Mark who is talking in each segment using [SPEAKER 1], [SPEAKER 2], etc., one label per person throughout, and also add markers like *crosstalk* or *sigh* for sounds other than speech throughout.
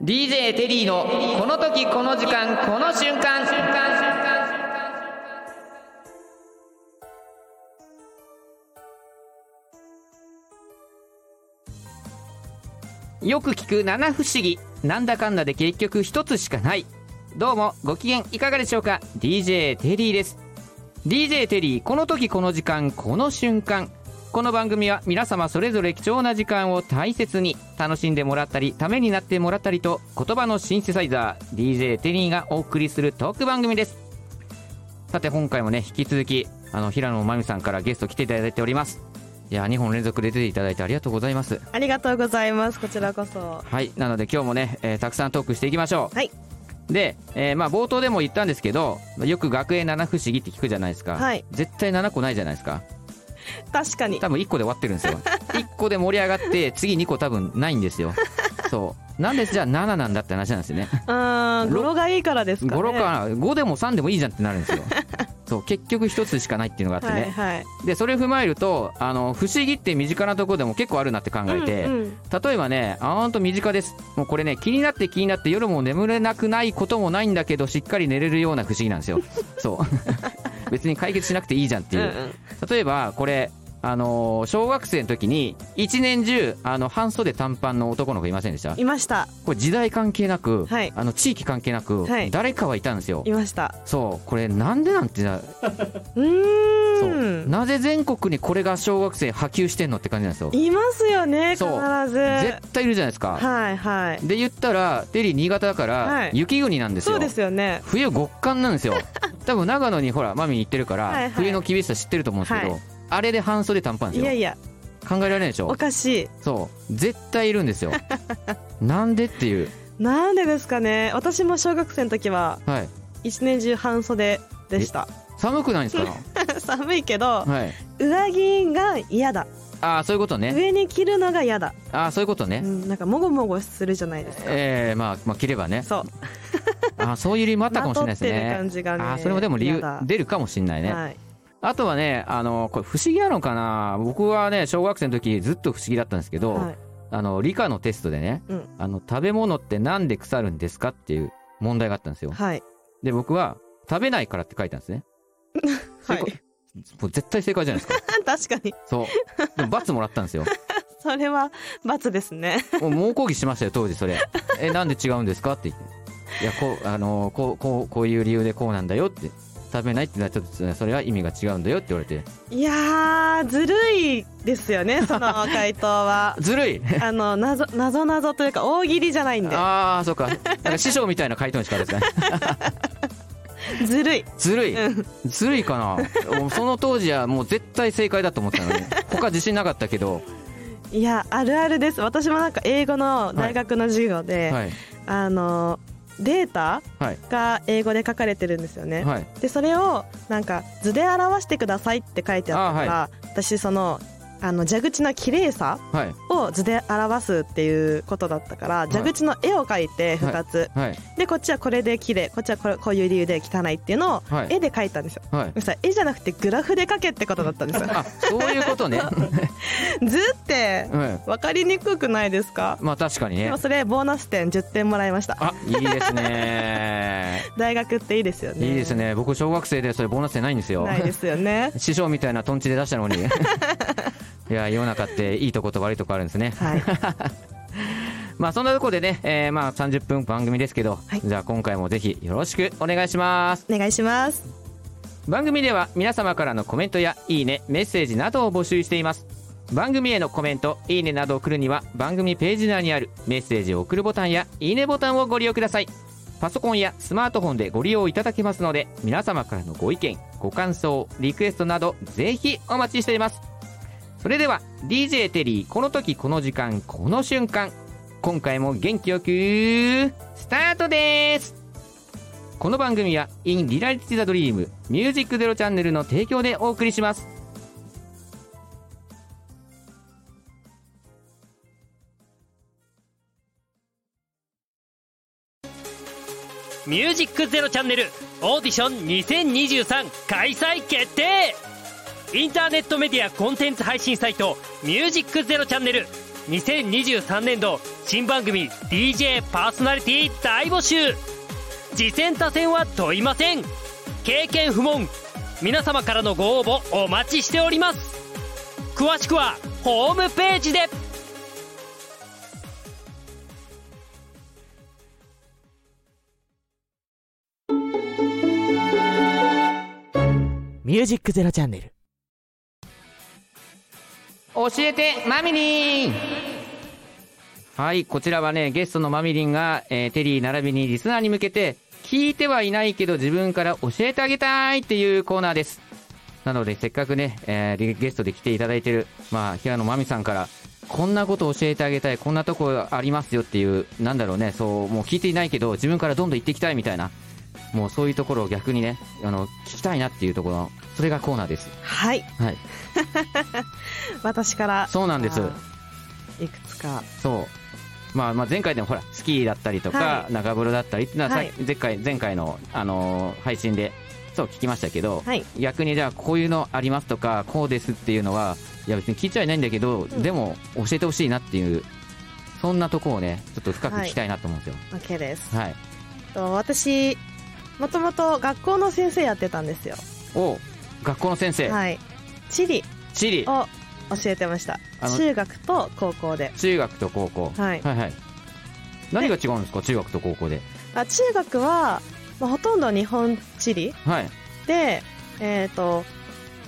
[SPEAKER 1] DJ テリーのこの時この時間この瞬間よく聞く七不思議なんだかんだで結局一つしかないどうもご機嫌いかがでしょうか DJ テリーです DJ テリーこの時この時間この瞬間この番組は皆様それぞれ貴重な時間を大切に楽しんでもらったりためになってもらったりと言葉のシンセサイザー DJ テリーがお送りするトーク番組ですさて今回もね引き続きあの平野真由美さんからゲスト来ていただいておりますいや2本連続で出ていただいてありがとうございます
[SPEAKER 2] ありがとうございます。こちらこそ。
[SPEAKER 1] はいなので今日もね、えーたくさんトークしていきましょう
[SPEAKER 2] はい
[SPEAKER 1] で、えーまあ冒頭でも言ったんですけどよく学園七不思議って聞くじゃないですか、
[SPEAKER 2] はい
[SPEAKER 1] 絶対7個ないじゃないですか
[SPEAKER 2] 確かに。
[SPEAKER 1] 多分1個で終わってるん
[SPEAKER 2] *laughs*
[SPEAKER 1] ですよ1個で盛り上がって次2個多分ないんですよそうなんでじゃあ7なんだって話なんですよね
[SPEAKER 2] あー、
[SPEAKER 1] ろ
[SPEAKER 2] 語呂がいいからですかね。
[SPEAKER 1] 5 6は5でも3でもいいじゃんってなるんですよそう結局1つしかないっていうのがあって
[SPEAKER 2] はい
[SPEAKER 1] ね、
[SPEAKER 2] はい。
[SPEAKER 1] でそれ踏まえるとあの不思議って身近なところでも結構あるなって考えて、
[SPEAKER 2] うんうん
[SPEAKER 1] 例えばねあほんと身近ですもうこれね気になって気になって夜も眠れなくないこともないんだけどしっかり寝れるような不思議なんですよそう
[SPEAKER 2] *laughs*
[SPEAKER 1] 別に解決しなくていいじゃんっていう、
[SPEAKER 2] うんうん
[SPEAKER 1] 例えばこれあのー小学生の時に一年中あの半袖短パンの男の子いませんでした
[SPEAKER 2] いました。
[SPEAKER 1] これ時代関係なく、
[SPEAKER 2] はい
[SPEAKER 1] あの地域関係なく、
[SPEAKER 2] はい
[SPEAKER 1] 誰かはいたんですよ
[SPEAKER 2] いました。
[SPEAKER 1] そうこれなんでなんてな
[SPEAKER 2] う
[SPEAKER 1] そう
[SPEAKER 2] ーん。
[SPEAKER 1] なぜ全国にこれが小学生波及してんのって感じなんですよ
[SPEAKER 2] いますよね。必
[SPEAKER 1] そう
[SPEAKER 2] ず。
[SPEAKER 1] 絶対いるじゃないですか、
[SPEAKER 2] はいはい。
[SPEAKER 1] で言ったらテリー新潟だから、
[SPEAKER 2] はい
[SPEAKER 1] 雪国なんですよ
[SPEAKER 2] そうですよね。
[SPEAKER 1] 冬極寒なん
[SPEAKER 2] *laughs*
[SPEAKER 1] ですよ多分長野にほらマミに行ってるから、
[SPEAKER 2] はいはい
[SPEAKER 1] 冬の厳しさ知ってると思うんですけど、
[SPEAKER 2] はい
[SPEAKER 1] あれで半袖短パンで
[SPEAKER 2] い
[SPEAKER 1] すよ
[SPEAKER 2] やいや、
[SPEAKER 1] 考えられないでしょ
[SPEAKER 2] おかしい。
[SPEAKER 1] そう絶対いるん
[SPEAKER 2] *laughs*
[SPEAKER 1] ですよなんでっていう
[SPEAKER 2] なんでですかね。私も小学生の時は
[SPEAKER 1] はい
[SPEAKER 2] 一年中半袖でした。
[SPEAKER 1] 寒くないんですか
[SPEAKER 2] *laughs* 寒いけど、
[SPEAKER 1] はい
[SPEAKER 2] 上着が嫌だ。
[SPEAKER 1] ああそういうことね
[SPEAKER 2] 上に着るのが嫌だ。
[SPEAKER 1] ああそういうこと
[SPEAKER 2] う
[SPEAKER 1] ね
[SPEAKER 2] ん、なんかもごもごするじゃないですか。
[SPEAKER 1] ええまあまあ切ればね
[SPEAKER 2] そう。
[SPEAKER 1] あーそういう理由もあ
[SPEAKER 2] *laughs*
[SPEAKER 1] ったかもしれないです
[SPEAKER 2] まとってる
[SPEAKER 1] ね
[SPEAKER 2] 感じがね
[SPEAKER 1] あーそれもでも理
[SPEAKER 2] や
[SPEAKER 1] 由
[SPEAKER 2] だ
[SPEAKER 1] 出るかもしれないね、
[SPEAKER 2] はい。
[SPEAKER 1] あとはねあのこれ不思議なのかな僕はね小学生の時ずっと不思議だったんですけど、
[SPEAKER 2] はい。
[SPEAKER 1] あの理科のテストでね、
[SPEAKER 2] うん
[SPEAKER 1] あの食べ物ってなんで腐るんですかっていう問題があったんですよ
[SPEAKER 2] はい。
[SPEAKER 1] で僕は食べないからって書いたんですね
[SPEAKER 2] はい。
[SPEAKER 1] もう絶対正解じゃないですか
[SPEAKER 2] 確かに。
[SPEAKER 1] そうでも罰もらったんですよ
[SPEAKER 2] *laughs* それは罰ですね。
[SPEAKER 1] もう猛抗議しましたよ当時それ *laughs* 「えなんで違うんですか?」って言って「いやこうあのこうこうこういう理由でこうなんだよ」って「食べないってのはちょっとそれは意味が違うんだよ」って言われて
[SPEAKER 2] *laughs* いやー、ずるいですよ *laughs* ね、その回答は
[SPEAKER 1] 「。ずるい!
[SPEAKER 2] あの、謎、謎謎というか、大喜利じゃないん」で。
[SPEAKER 1] ああそうかなんか師匠みたいな回答の仕方ですね
[SPEAKER 2] ずるい。
[SPEAKER 1] ずるい
[SPEAKER 2] うん。
[SPEAKER 1] ずるいかなもうその当時はもう絶対正解だと思ったのに他自信なかったけど、
[SPEAKER 2] いや、あるあるです。私もなんか英語の大学の授業で、
[SPEAKER 1] はい
[SPEAKER 2] あの、データ
[SPEAKER 1] はい
[SPEAKER 2] が英語で書かれてるんですよね。
[SPEAKER 1] はい
[SPEAKER 2] で、それを、なんか、図で表してくださいって書いてあったから、私、その、あの蛇口の綺麗さ
[SPEAKER 1] はい
[SPEAKER 2] を図で表すっていうことだったから、
[SPEAKER 1] い
[SPEAKER 2] 蛇口の絵を描いて2つ、
[SPEAKER 1] はい
[SPEAKER 2] でこっちはこれで綺麗こっちはこれこういう理由で汚いっていうのを
[SPEAKER 1] はい
[SPEAKER 2] 絵で描いたんですよ。
[SPEAKER 1] はい
[SPEAKER 2] さ絵じゃなくてグラフで描けってことだったん
[SPEAKER 1] *laughs*
[SPEAKER 2] ですよ。
[SPEAKER 1] あそういうことね、 *laughs*
[SPEAKER 2] 図って
[SPEAKER 1] うん、
[SPEAKER 2] 分かりにくくないですか
[SPEAKER 1] まあ確かに
[SPEAKER 2] で
[SPEAKER 1] ね
[SPEAKER 2] もそれボーナス点10点もらいました
[SPEAKER 1] あいいですね
[SPEAKER 2] 大学っていいですよね
[SPEAKER 1] いいですね僕小学生でそれボーナスでないんですよ
[SPEAKER 2] ないですよね
[SPEAKER 1] *laughs* 師匠みたいなトンチで出したの
[SPEAKER 2] *laughs*
[SPEAKER 1] にいや世の中っていいとこと悪いとこあるんですね *laughs*
[SPEAKER 2] はい
[SPEAKER 1] まあそんなとこでね、えーまあ30分番組ですけど、
[SPEAKER 2] はい
[SPEAKER 1] じゃあ今回もぜひよろしくお願いします
[SPEAKER 2] お願いします
[SPEAKER 1] 番組では皆様からのコメントやいいねメッセージなどを募集しています番組へのコメントいいねなどを送るには番組ページ内にあるメッセージを送るボタンやいいねボタンをご利用くださいパソコンやスマートフォンでご利用いただけますので皆様からのご意見ご感想リクエストなどぜひお待ちしていますそれでは DJ テリーこの時この時間この瞬間今回も元気よくスタートですこの番組は in リラリティザドリームミュージックゼロチャンネルの提供でお送りします
[SPEAKER 3] ミュージックゼロチャンネルオーディション2023開催決定インターネットメディアコンテンツ配信サイトミュージックゼロチャンネル2023年度新番組 DJ パーソナリティ大募集次戦他戦は問いません経験不問皆様からのご応募お待ちしております詳しくはホームページで
[SPEAKER 4] ミュージックゼロチャンネル。
[SPEAKER 1] 教えてマミリンはいこちらはねゲストのマミリンが、えーテリー並びにリスナーに向けて聞いてはいないけど自分から教えてあげたいっていうコーナーですなのでせっかくね、えーリゲストで来ていただいてる、まあ、平野真美さんからこんなこと教えてあげたいこんなとこありますよっていうなんだろうねそうもう聞いていないけど自分からどんどん行ってきたいみたいなもうそういうところを逆にねあの聞きたいなっていうところそれがコーナーです
[SPEAKER 2] はい
[SPEAKER 1] はい
[SPEAKER 2] 私から
[SPEAKER 1] そうなんです
[SPEAKER 2] あーいくつか
[SPEAKER 1] そう、まあ、まあ前回でもほらスキーだったりとか、
[SPEAKER 2] はい
[SPEAKER 1] 中風呂だったりっていうのはさ、
[SPEAKER 2] はい
[SPEAKER 1] 前回前回の、あのー配信でそう聞きましたけど、
[SPEAKER 2] はい
[SPEAKER 1] 逆にじゃあこういうのありますとかこうですっていうのはいや別に聞いちゃいないんだけど、
[SPEAKER 2] ん
[SPEAKER 1] でも教えてほしいなっていうそんなとこをねちょっと深く聞きたいなと思うんですよ
[SPEAKER 2] OK です
[SPEAKER 1] はい、
[SPEAKER 2] と私もともと学校の先生やってたんですよ
[SPEAKER 1] お学校の先生、
[SPEAKER 2] はい地理
[SPEAKER 1] 地理
[SPEAKER 2] を教えてました
[SPEAKER 1] あの
[SPEAKER 2] 中学と高校で
[SPEAKER 1] 中学と高校、
[SPEAKER 2] はい
[SPEAKER 1] はい何が違うんですか中学と高校で
[SPEAKER 2] あ中学は、まあ、ほとんど日本地理
[SPEAKER 1] はい
[SPEAKER 2] でえっ、と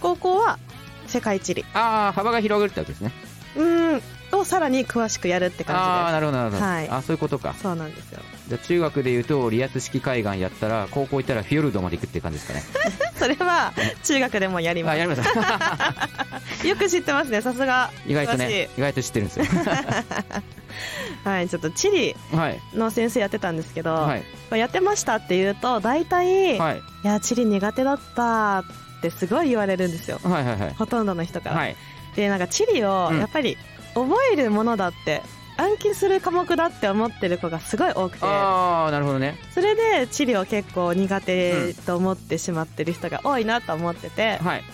[SPEAKER 2] 高校は世界地理
[SPEAKER 1] ああ幅が広がるってわけですね
[SPEAKER 2] うんをさらに詳しくやるって
[SPEAKER 1] ああー
[SPEAKER 2] 感
[SPEAKER 1] なるほどなるほど、
[SPEAKER 2] はい
[SPEAKER 1] あそういうことか
[SPEAKER 2] じですそうなんですよ *laughs*
[SPEAKER 1] じゃあ中学でいうとリアス式海岸やったら高校行ったらフィヨルドまで行くって感じですか
[SPEAKER 2] *laughs*
[SPEAKER 1] ね
[SPEAKER 2] それは中学でもやりま
[SPEAKER 1] あや
[SPEAKER 2] *laughs*
[SPEAKER 1] りました
[SPEAKER 2] すよく知ってますねさすが
[SPEAKER 1] 意外とね意外と知ってるん
[SPEAKER 2] *laughs*
[SPEAKER 1] ですよ
[SPEAKER 2] 詳しいはいちょっと地理
[SPEAKER 1] はい
[SPEAKER 2] の先生やってたんですけど、
[SPEAKER 1] はい
[SPEAKER 2] まあやってましたって言うと大体、
[SPEAKER 1] はい
[SPEAKER 2] いや地理苦手だったってすごい言われるんですよ
[SPEAKER 1] はいはいはい
[SPEAKER 2] ほとんどの人から、
[SPEAKER 1] はい
[SPEAKER 2] でなんか地理を
[SPEAKER 1] うん
[SPEAKER 2] やっぱり覚えるものだって、暗記する科目だって思ってる子がすごい多くて
[SPEAKER 1] ああなるほどね
[SPEAKER 2] それで地理を結構苦手と思ってしまってる人が多いなと思ってて、
[SPEAKER 1] はい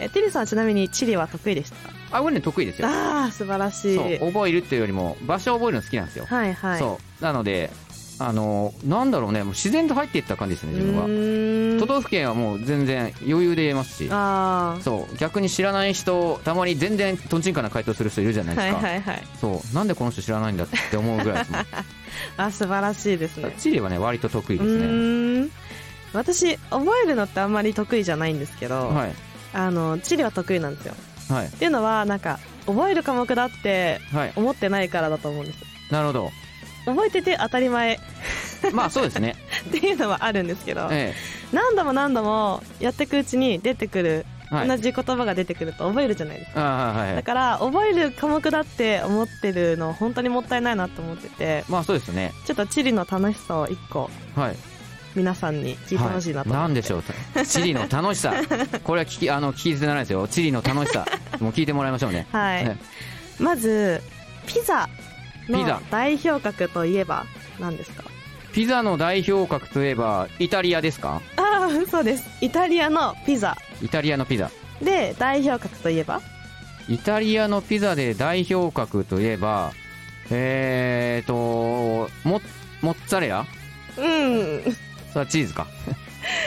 [SPEAKER 2] えテリーさんちなみに地理は得意でしたか
[SPEAKER 1] あ俺ね得意ですよ
[SPEAKER 2] ああ素晴らしい
[SPEAKER 1] そう覚えるっていうよりも場所を覚えるの好きなんですよ、
[SPEAKER 2] はいはい
[SPEAKER 1] そうなのであのーなんだろうねもう自然と入っていった感じですね自分は
[SPEAKER 2] 分
[SPEAKER 1] 都道府県はもう全然余裕で言えますし
[SPEAKER 2] あ
[SPEAKER 1] そう逆に知らない人たまに全然とんちんかな回答する人いるじゃな
[SPEAKER 2] あ
[SPEAKER 1] いで
[SPEAKER 2] は
[SPEAKER 1] す
[SPEAKER 2] い
[SPEAKER 1] か、
[SPEAKER 2] はいはい
[SPEAKER 1] そうなんでこの人知らないんだって思うぐらいですね
[SPEAKER 2] あ素晴らしいですね
[SPEAKER 1] 地理はね割と得意で
[SPEAKER 2] う
[SPEAKER 1] すね
[SPEAKER 2] ーん私覚えるのってあんまり得意じゃないんですけど、
[SPEAKER 1] はい
[SPEAKER 2] あの地理は得意なんですよ
[SPEAKER 1] はい
[SPEAKER 2] っていうのはなんか覚える科目だって
[SPEAKER 1] はい
[SPEAKER 2] 思ってないからだと思うんです
[SPEAKER 1] なるほ
[SPEAKER 2] *laughs*
[SPEAKER 1] ど
[SPEAKER 2] 覚えてて当たり前っ *laughs*
[SPEAKER 1] まあそうですね
[SPEAKER 2] ていうのはあるんですけど
[SPEAKER 1] え
[SPEAKER 2] 何度も何度もやっていくうちに出てくる、
[SPEAKER 1] えはい
[SPEAKER 2] 同じ言葉が出てくると覚えるじゃないですか
[SPEAKER 1] あーはいは
[SPEAKER 2] だ
[SPEAKER 1] い
[SPEAKER 2] から覚える科目だって思ってるの本当にもったいないなと思ってて
[SPEAKER 1] まあそうですね
[SPEAKER 2] ちょっと地理の楽しさを一個
[SPEAKER 1] はい
[SPEAKER 2] 皆さんに聞いてほしいなと思って、
[SPEAKER 1] はい、なんでしょう地理の楽し
[SPEAKER 2] *laughs*
[SPEAKER 1] さこれは聞きあの聞き捨てならないですよ地理の楽しさもう聞いてもらいましょうね
[SPEAKER 2] はい、
[SPEAKER 1] ね
[SPEAKER 2] まずピザ
[SPEAKER 1] ピ
[SPEAKER 2] の
[SPEAKER 1] ザ
[SPEAKER 2] 代表格といえば何ですか
[SPEAKER 1] ピザの代表格といえばイタリアですか
[SPEAKER 2] ああそうですイタリアのピザ
[SPEAKER 1] イタリアのピザ
[SPEAKER 2] で代表格といえば
[SPEAKER 1] イタリアのピザで代表格といえばえーとモッモッツァレラ
[SPEAKER 2] うん
[SPEAKER 1] それはチーズか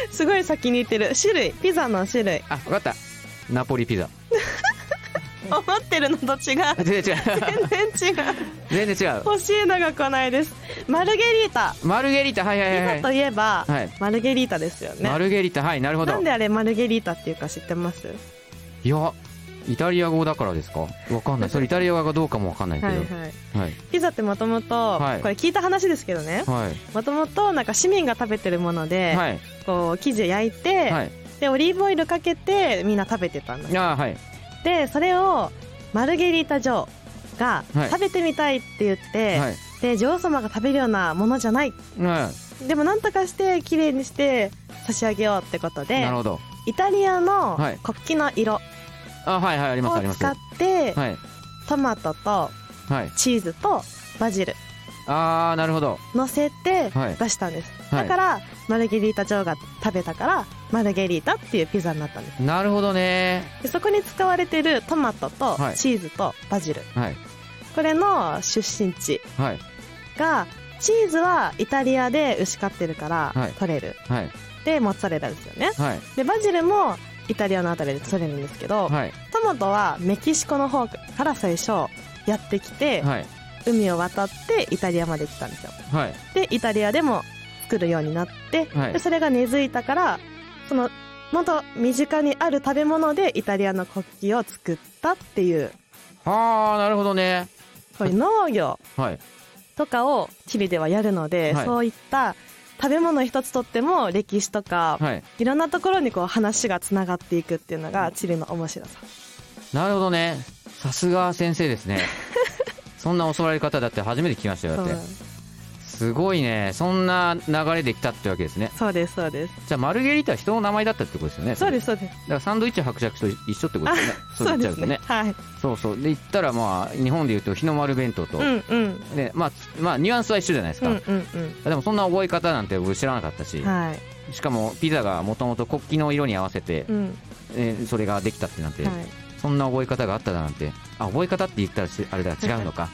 [SPEAKER 2] すごい先に言ってる種類ピザの種類
[SPEAKER 1] あ分かったナポリピザ
[SPEAKER 2] *laughs* 思ってるのと違う
[SPEAKER 1] 全然違う
[SPEAKER 2] *laughs* 全然違う
[SPEAKER 1] 全然違う
[SPEAKER 2] 欲しいのが来ないですマルゲリータ
[SPEAKER 1] マルゲリータはいは
[SPEAKER 2] ピ
[SPEAKER 1] いは
[SPEAKER 2] ザ
[SPEAKER 1] い
[SPEAKER 2] と
[SPEAKER 1] はい
[SPEAKER 2] いえば、
[SPEAKER 1] はい
[SPEAKER 2] マルゲリータですよ
[SPEAKER 1] マ
[SPEAKER 2] ね
[SPEAKER 1] ルゲリータはいなるほど
[SPEAKER 2] なんであれマルゲリータっていうか知ってます
[SPEAKER 1] いやイタリア語だからですかわかんないそれイタリア語がどうかもわかんないけど
[SPEAKER 2] は
[SPEAKER 1] はいい
[SPEAKER 2] はい
[SPEAKER 1] はい、
[SPEAKER 2] ピザってもともと
[SPEAKER 1] はい
[SPEAKER 2] これ聞いた話ですけどね
[SPEAKER 1] はい
[SPEAKER 2] もともとなんか市民が食べてるもので、
[SPEAKER 1] はい
[SPEAKER 2] こう生地焼いて、
[SPEAKER 1] はい
[SPEAKER 2] でオリーブオイルかけてみんな食べてたんだ
[SPEAKER 1] あーはい
[SPEAKER 2] でそれをマルゲリータ女王が
[SPEAKER 1] はい
[SPEAKER 2] 食べてみたいって言って、
[SPEAKER 1] はい
[SPEAKER 2] で女王様が食べるようなものじゃない
[SPEAKER 1] は
[SPEAKER 2] でもなんとかして綺麗にして差し上げようってこと
[SPEAKER 1] い
[SPEAKER 2] で
[SPEAKER 1] なるほど
[SPEAKER 2] イタリアの
[SPEAKER 1] はい
[SPEAKER 2] 国旗の色を
[SPEAKER 1] あはいはいありますあります
[SPEAKER 2] 使
[SPEAKER 1] は
[SPEAKER 2] って、
[SPEAKER 1] い
[SPEAKER 2] トマトと
[SPEAKER 1] はい
[SPEAKER 2] チーズとバジル
[SPEAKER 1] あーなるほど
[SPEAKER 2] 乗せて
[SPEAKER 1] はい
[SPEAKER 2] 出したんです、
[SPEAKER 1] はい
[SPEAKER 2] だからマルゲリータ女王が食べたからマルゲリータっていうピザになったんです
[SPEAKER 1] なるほどね
[SPEAKER 2] でそこに使われてるトマトと
[SPEAKER 1] はい
[SPEAKER 2] チーズとバジル
[SPEAKER 1] はい
[SPEAKER 2] これの出身地
[SPEAKER 1] はい
[SPEAKER 2] がチーズはイタリアで牛飼ってるから
[SPEAKER 1] はい
[SPEAKER 2] 取れる、
[SPEAKER 1] はい
[SPEAKER 2] でモッツァレラですよね
[SPEAKER 1] はい
[SPEAKER 2] でバジルもイタリアのあたりで取れるんですけど、
[SPEAKER 1] はい
[SPEAKER 2] トマトはメキシコの方から最初やってきて、
[SPEAKER 1] はい
[SPEAKER 2] 海を渡ってイタリアまで来たんですよ
[SPEAKER 1] はい
[SPEAKER 2] でイタリアでも作るようになって、
[SPEAKER 1] はい
[SPEAKER 2] でそれが根付いたからそのもっと身近にある食べ物でイタリアの国旗を作ったっていう
[SPEAKER 1] はあなるほどね
[SPEAKER 2] こういう農業
[SPEAKER 1] はい
[SPEAKER 2] とかをチリではやるので、
[SPEAKER 1] はい
[SPEAKER 2] そういった食べ物一つとっても歴史とか、
[SPEAKER 1] はい
[SPEAKER 2] い、ろんなところにこう話がつながっていくっていうのがチリの面白さ
[SPEAKER 1] なるほどねさすが先生
[SPEAKER 2] *laughs*
[SPEAKER 1] ですねそんな教わり方だって初めて聞きましたよだ
[SPEAKER 2] そ
[SPEAKER 1] っ
[SPEAKER 2] う
[SPEAKER 1] てすごいねそんな流れできたってわけですね
[SPEAKER 2] そうですそうです
[SPEAKER 1] じゃあマルゲリータは人の名前だったってことですよね
[SPEAKER 2] そうですすそうで
[SPEAKER 1] だ
[SPEAKER 2] す
[SPEAKER 1] からサンドイッチ伯爵と一緒ってことですよねそう
[SPEAKER 2] *laughs*
[SPEAKER 1] 言
[SPEAKER 2] そう
[SPEAKER 1] っちゃ
[SPEAKER 2] で
[SPEAKER 1] うと
[SPEAKER 2] すね
[SPEAKER 1] ね
[SPEAKER 2] はい
[SPEAKER 1] そうそうで言ったらまあ日本で言うと日の丸弁当と、
[SPEAKER 2] うんうん
[SPEAKER 1] ねまあ、つまあニュアンスは一緒じゃないです
[SPEAKER 2] う
[SPEAKER 1] か、
[SPEAKER 2] んうんうん
[SPEAKER 1] でもそんな覚え方なんて僕知らなかったし、
[SPEAKER 2] はい、
[SPEAKER 1] しかもピザがもともと国旗の色に合わせて、
[SPEAKER 2] うん
[SPEAKER 1] えーそれができたってなんて、
[SPEAKER 2] はい、
[SPEAKER 1] そんな覚え方があっただなんてあ覚え方って言ったらしあれだ違うのか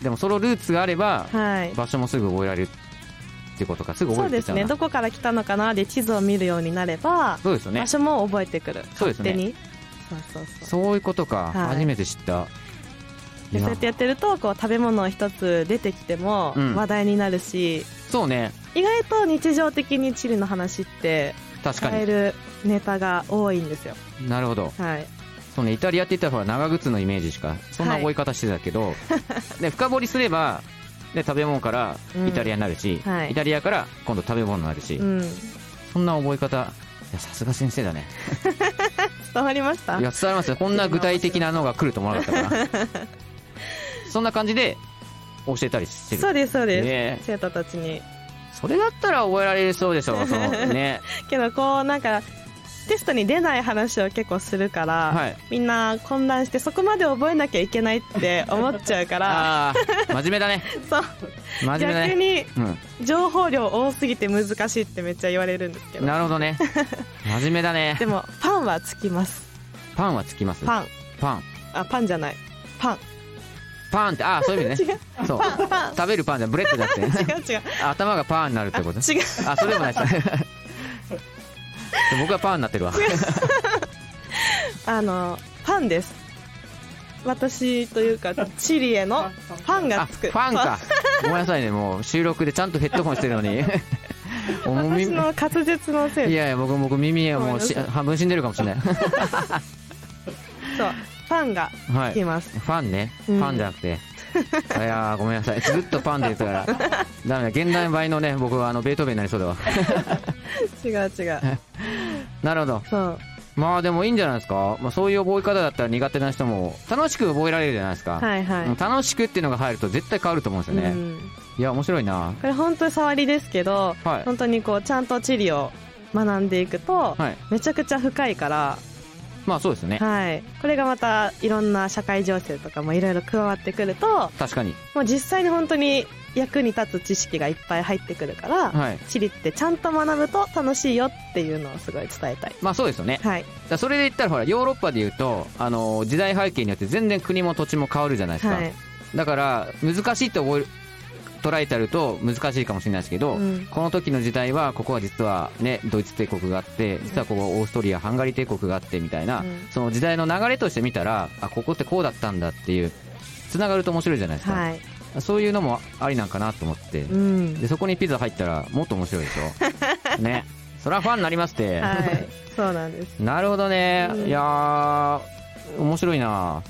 [SPEAKER 1] でもそのルーツがあれば、
[SPEAKER 2] はい、
[SPEAKER 1] 場所もすぐ覚えられるってことかすぐ
[SPEAKER 2] そ
[SPEAKER 1] 覚
[SPEAKER 2] う
[SPEAKER 1] えて
[SPEAKER 2] で
[SPEAKER 1] きち
[SPEAKER 2] す
[SPEAKER 1] ゃうな
[SPEAKER 2] ねどこから来たのかなで地図を見るようになれば、
[SPEAKER 1] そうですよね
[SPEAKER 2] 場所も覚えてくる
[SPEAKER 1] そうで
[SPEAKER 2] 勝
[SPEAKER 1] すね
[SPEAKER 2] 手にそうそうそう
[SPEAKER 1] そういうことか、
[SPEAKER 2] はい
[SPEAKER 1] 初めて知った
[SPEAKER 2] で
[SPEAKER 1] いや
[SPEAKER 2] そうやってやってるとこう食べ物一つ出てきても
[SPEAKER 1] うん
[SPEAKER 2] 話題になるし、
[SPEAKER 1] そうね
[SPEAKER 2] 意外と日常的にチリの話って
[SPEAKER 1] 確か
[SPEAKER 2] 使え
[SPEAKER 1] に
[SPEAKER 2] るネタが多いんですよ
[SPEAKER 1] なるほど
[SPEAKER 2] はい
[SPEAKER 1] そうねイタリアって言ったらほら長靴のイメージしかそんな覚え方してたけど、
[SPEAKER 2] *laughs*
[SPEAKER 1] で深掘りすればで食べ物から
[SPEAKER 2] うん
[SPEAKER 1] イタリアになるし、
[SPEAKER 2] はい
[SPEAKER 1] イタリアから今度食べ物になるし、
[SPEAKER 2] うん
[SPEAKER 1] そんな覚え方いやさすが先生だね
[SPEAKER 2] 伝わりまし
[SPEAKER 1] い
[SPEAKER 2] た
[SPEAKER 1] や伝わりますよこんな具体的なのが来ると思わなかったから
[SPEAKER 2] *laughs*
[SPEAKER 1] そんな感じで教えたりしてる
[SPEAKER 2] そうですそうです、
[SPEAKER 1] ねえ
[SPEAKER 2] 生徒たちに
[SPEAKER 1] それだったら覚えられるそうでしょうその
[SPEAKER 2] *laughs*
[SPEAKER 1] ね
[SPEAKER 2] けどこうなんかテストに出ない話を結構するから、
[SPEAKER 1] はい
[SPEAKER 2] みんな混乱してそこまで覚えなきゃいけないって思っちゃうから
[SPEAKER 1] *laughs* ああ真面目だね
[SPEAKER 2] そう
[SPEAKER 1] 真面目だ
[SPEAKER 2] 逆
[SPEAKER 1] ね
[SPEAKER 2] に
[SPEAKER 1] うん
[SPEAKER 2] 情報量多すぎて難しいってめっちゃ言われるんですけど
[SPEAKER 1] なるほど
[SPEAKER 2] *laughs*
[SPEAKER 1] ね真面目だね
[SPEAKER 2] でもパンはつきます
[SPEAKER 1] パンはつきます
[SPEAKER 2] パン
[SPEAKER 1] パン
[SPEAKER 2] あパンじゃないパン
[SPEAKER 1] パンってああそういう意味
[SPEAKER 2] 違
[SPEAKER 1] ね
[SPEAKER 2] う
[SPEAKER 1] そう
[SPEAKER 2] パンパン
[SPEAKER 1] 食べるパンじゃブレッドだって、 *laughs*
[SPEAKER 2] 違う違う
[SPEAKER 1] 頭がパンになるって
[SPEAKER 2] あ
[SPEAKER 1] こと
[SPEAKER 2] 違う
[SPEAKER 1] あそれで
[SPEAKER 2] *laughs*
[SPEAKER 1] もないです僕はパンになってるわ
[SPEAKER 2] あのパンです私というかチリへのパン
[SPEAKER 1] あ
[SPEAKER 2] がつ
[SPEAKER 1] フ
[SPEAKER 2] く
[SPEAKER 1] ァンかごめんなさいねもう収録でちゃんとヘッドホンしてるのにおもみ
[SPEAKER 2] *laughs* 私
[SPEAKER 1] い
[SPEAKER 2] の滑舌のせい
[SPEAKER 1] やい
[SPEAKER 2] で
[SPEAKER 1] や僕僕耳はもうし
[SPEAKER 2] ごめんなさ
[SPEAKER 1] 半分死んでるかもしれない
[SPEAKER 2] そうパンが
[SPEAKER 1] は
[SPEAKER 2] つ
[SPEAKER 1] い
[SPEAKER 2] きます、
[SPEAKER 1] ファンね、
[SPEAKER 2] うん
[SPEAKER 1] ファンじゃなくていやーごめんなさいずっとパンで言ってた
[SPEAKER 2] *laughs*
[SPEAKER 1] からダメだ現代版のね僕はあのベートーベンになりそうだわ
[SPEAKER 2] 違う違う
[SPEAKER 1] なるほど
[SPEAKER 2] そう
[SPEAKER 1] まあでもいいんじゃないですか、まあ、そういう覚え方だったら苦手な人も楽しく覚えられるじゃないですか、
[SPEAKER 2] はいはい、
[SPEAKER 1] うん楽しくっていうのが入ると絶対変わると思うんですよね、
[SPEAKER 2] うん
[SPEAKER 1] いや面白いな
[SPEAKER 2] これ本当に触りですけど、
[SPEAKER 1] はい
[SPEAKER 2] 本当にこうちゃんと地理を学んでいくと、
[SPEAKER 1] はい
[SPEAKER 2] めちゃくちゃ深いから、
[SPEAKER 1] まあそうですよね、
[SPEAKER 2] はい、これがまたいろんな社会情勢とかもいろいろ加わってくると
[SPEAKER 1] 確かに
[SPEAKER 2] もう実際に本当に役に立つ知識がいっぱい入ってくるから、
[SPEAKER 1] はい
[SPEAKER 2] 地理ってちゃんと学ぶと楽しいよっていうのをすごい伝えたい、
[SPEAKER 1] まあそうですよね
[SPEAKER 2] はい、
[SPEAKER 1] だからそれで言ったらほらヨーロッパで言うとあの時代背景によって全然国も土地も変わるじゃないですか、
[SPEAKER 2] はい、
[SPEAKER 1] だから難しいと覚える捉えてあると難しいかもしれないですけど、
[SPEAKER 2] うん
[SPEAKER 1] この時の時代はここは実はねドイツ帝国があって実はここはオーストリアハンガリー帝国があってみたいな、
[SPEAKER 2] うん
[SPEAKER 1] その時代の流れとして見たらあここってこうだったんだっていうつながると面白いじゃないですか、
[SPEAKER 2] はい、
[SPEAKER 1] そういうのもありなんかなと思って、
[SPEAKER 2] うん、
[SPEAKER 1] でそこにピザ入ったらもっと面白いでし
[SPEAKER 2] *laughs*
[SPEAKER 1] ょねそりゃファンになりますって、 *laughs*
[SPEAKER 2] はい、そうなんです。
[SPEAKER 1] なるほどね、
[SPEAKER 2] うん
[SPEAKER 1] いやー面白いな、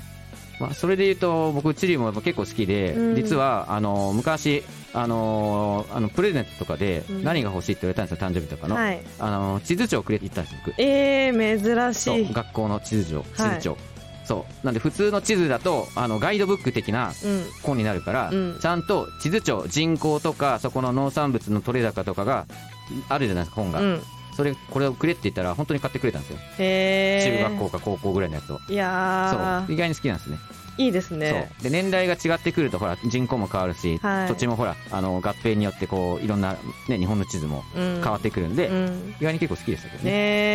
[SPEAKER 1] まあ、それで言うと僕チリも結構好きで、
[SPEAKER 2] うん
[SPEAKER 1] 実はあの昔あのあのプレゼントとかで
[SPEAKER 2] うん
[SPEAKER 1] 何が欲しいって言われたんですよ誕生日とかの,、
[SPEAKER 2] はい、
[SPEAKER 1] あの地図帳くれって言ったんです僕
[SPEAKER 2] えー、珍
[SPEAKER 1] そ
[SPEAKER 2] し
[SPEAKER 1] う
[SPEAKER 2] い。
[SPEAKER 1] 学校の地図帳地
[SPEAKER 2] はい
[SPEAKER 1] 図帳、そうなんで普通の地図だとあのガイドブック的な
[SPEAKER 2] うん、
[SPEAKER 1] 本になるから、
[SPEAKER 2] うん
[SPEAKER 1] ちゃんと地図帳人口とかそこの農産物の取れ高とかがあるじゃないですか本が、
[SPEAKER 2] うん、
[SPEAKER 1] それこれをくれって言ったら本当に買ってくれたんですよ
[SPEAKER 2] え
[SPEAKER 1] 中
[SPEAKER 2] ー、
[SPEAKER 1] 学校か高校ぐらいのやつを
[SPEAKER 2] いや
[SPEAKER 1] そう意外に好きなんですね
[SPEAKER 2] ーいいですね
[SPEAKER 1] そうで年代が違ってくるとほら人口も変わるし、
[SPEAKER 2] はい
[SPEAKER 1] 土地もほらあの合併によってこういろんな、ね、日本の地図も
[SPEAKER 2] うん
[SPEAKER 1] 変わってくるんで、
[SPEAKER 2] うん
[SPEAKER 1] 意外に結構好きでしたけどね
[SPEAKER 2] ね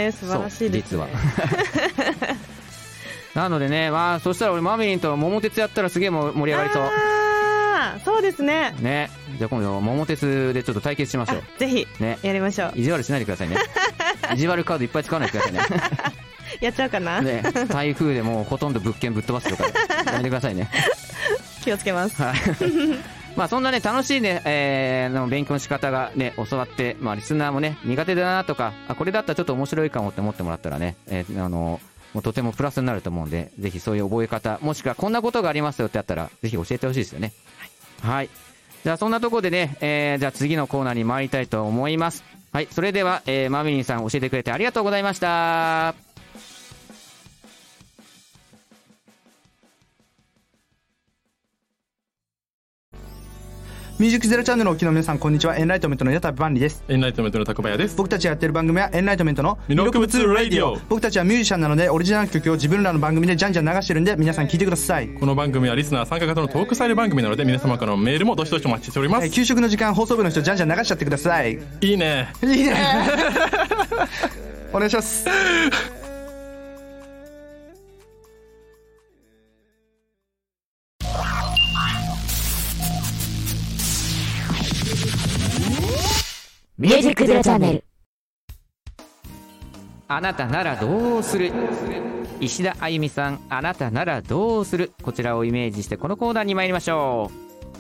[SPEAKER 2] え素晴らしいですね
[SPEAKER 1] そう実はなのでね、まあ、そしたら俺、マミリンと桃鉄やったらすげえも盛り上がりそ
[SPEAKER 2] ああそうですね
[SPEAKER 1] う。ね。じゃあ今度、桃鉄でちょっと対決しましょう。
[SPEAKER 2] ぜひ
[SPEAKER 1] ね。
[SPEAKER 2] やりましょう
[SPEAKER 1] 意地悪しないでくださ
[SPEAKER 2] *laughs*
[SPEAKER 1] いね。意地悪カードいっぱい使わないでくださ
[SPEAKER 2] やっちゃうかない *laughs*
[SPEAKER 1] ね。ね。台風でもうほとんど物件ぶっ飛ばすとか、やめてくださいね。
[SPEAKER 2] 気をつけます
[SPEAKER 1] はい。 *laughs* まあそんなね、楽しいね、えー、の勉強の仕方がね、教わって、まあリスナーもね、苦手だなとか、あ、これだったらちょっと面白いかもって思ってもらったらね、えーあの、もうとてもプラスになると思うんで、ぜひそういう覚え方、もしくはこんなことがありますよってあったら、ぜひ教えてほしいですよね。はい。じゃあそんなところでね、えー、じゃあ次のコーナーに参りたいと思います。はい、それでは、えー、マミリンさん教えてくれてありがとうございました。
[SPEAKER 5] ミュージックゼロチャンネルをお聞きの皆さん、こんにちは。エンライトメントの矢田部万里です。
[SPEAKER 6] エンライトメントの高林です。
[SPEAKER 5] 僕たちがやってる番組はエンライトメントの
[SPEAKER 6] ミノクブツラジオ
[SPEAKER 5] 僕たちはミュージシャンなので、オリジナル曲を自分らの番組でじゃんじゃん流してるんで、皆さん聞いてください。
[SPEAKER 6] この番組はリスナー参加型のトークスタイル番組なので、皆様からのメールもどしどしお待ちしておりま
[SPEAKER 5] え
[SPEAKER 6] す
[SPEAKER 5] ー。給食の時間、放送部の人、じゃんじゃん流しちゃってください。い
[SPEAKER 6] いいね。
[SPEAKER 5] いね
[SPEAKER 6] *laughs*
[SPEAKER 5] お願いします。
[SPEAKER 4] ミュージックゼロチャンネル。
[SPEAKER 1] あなたならどうする石田あゆみさん「あなたならどうする」こちらをイメージしてこのコーナーに参りましょ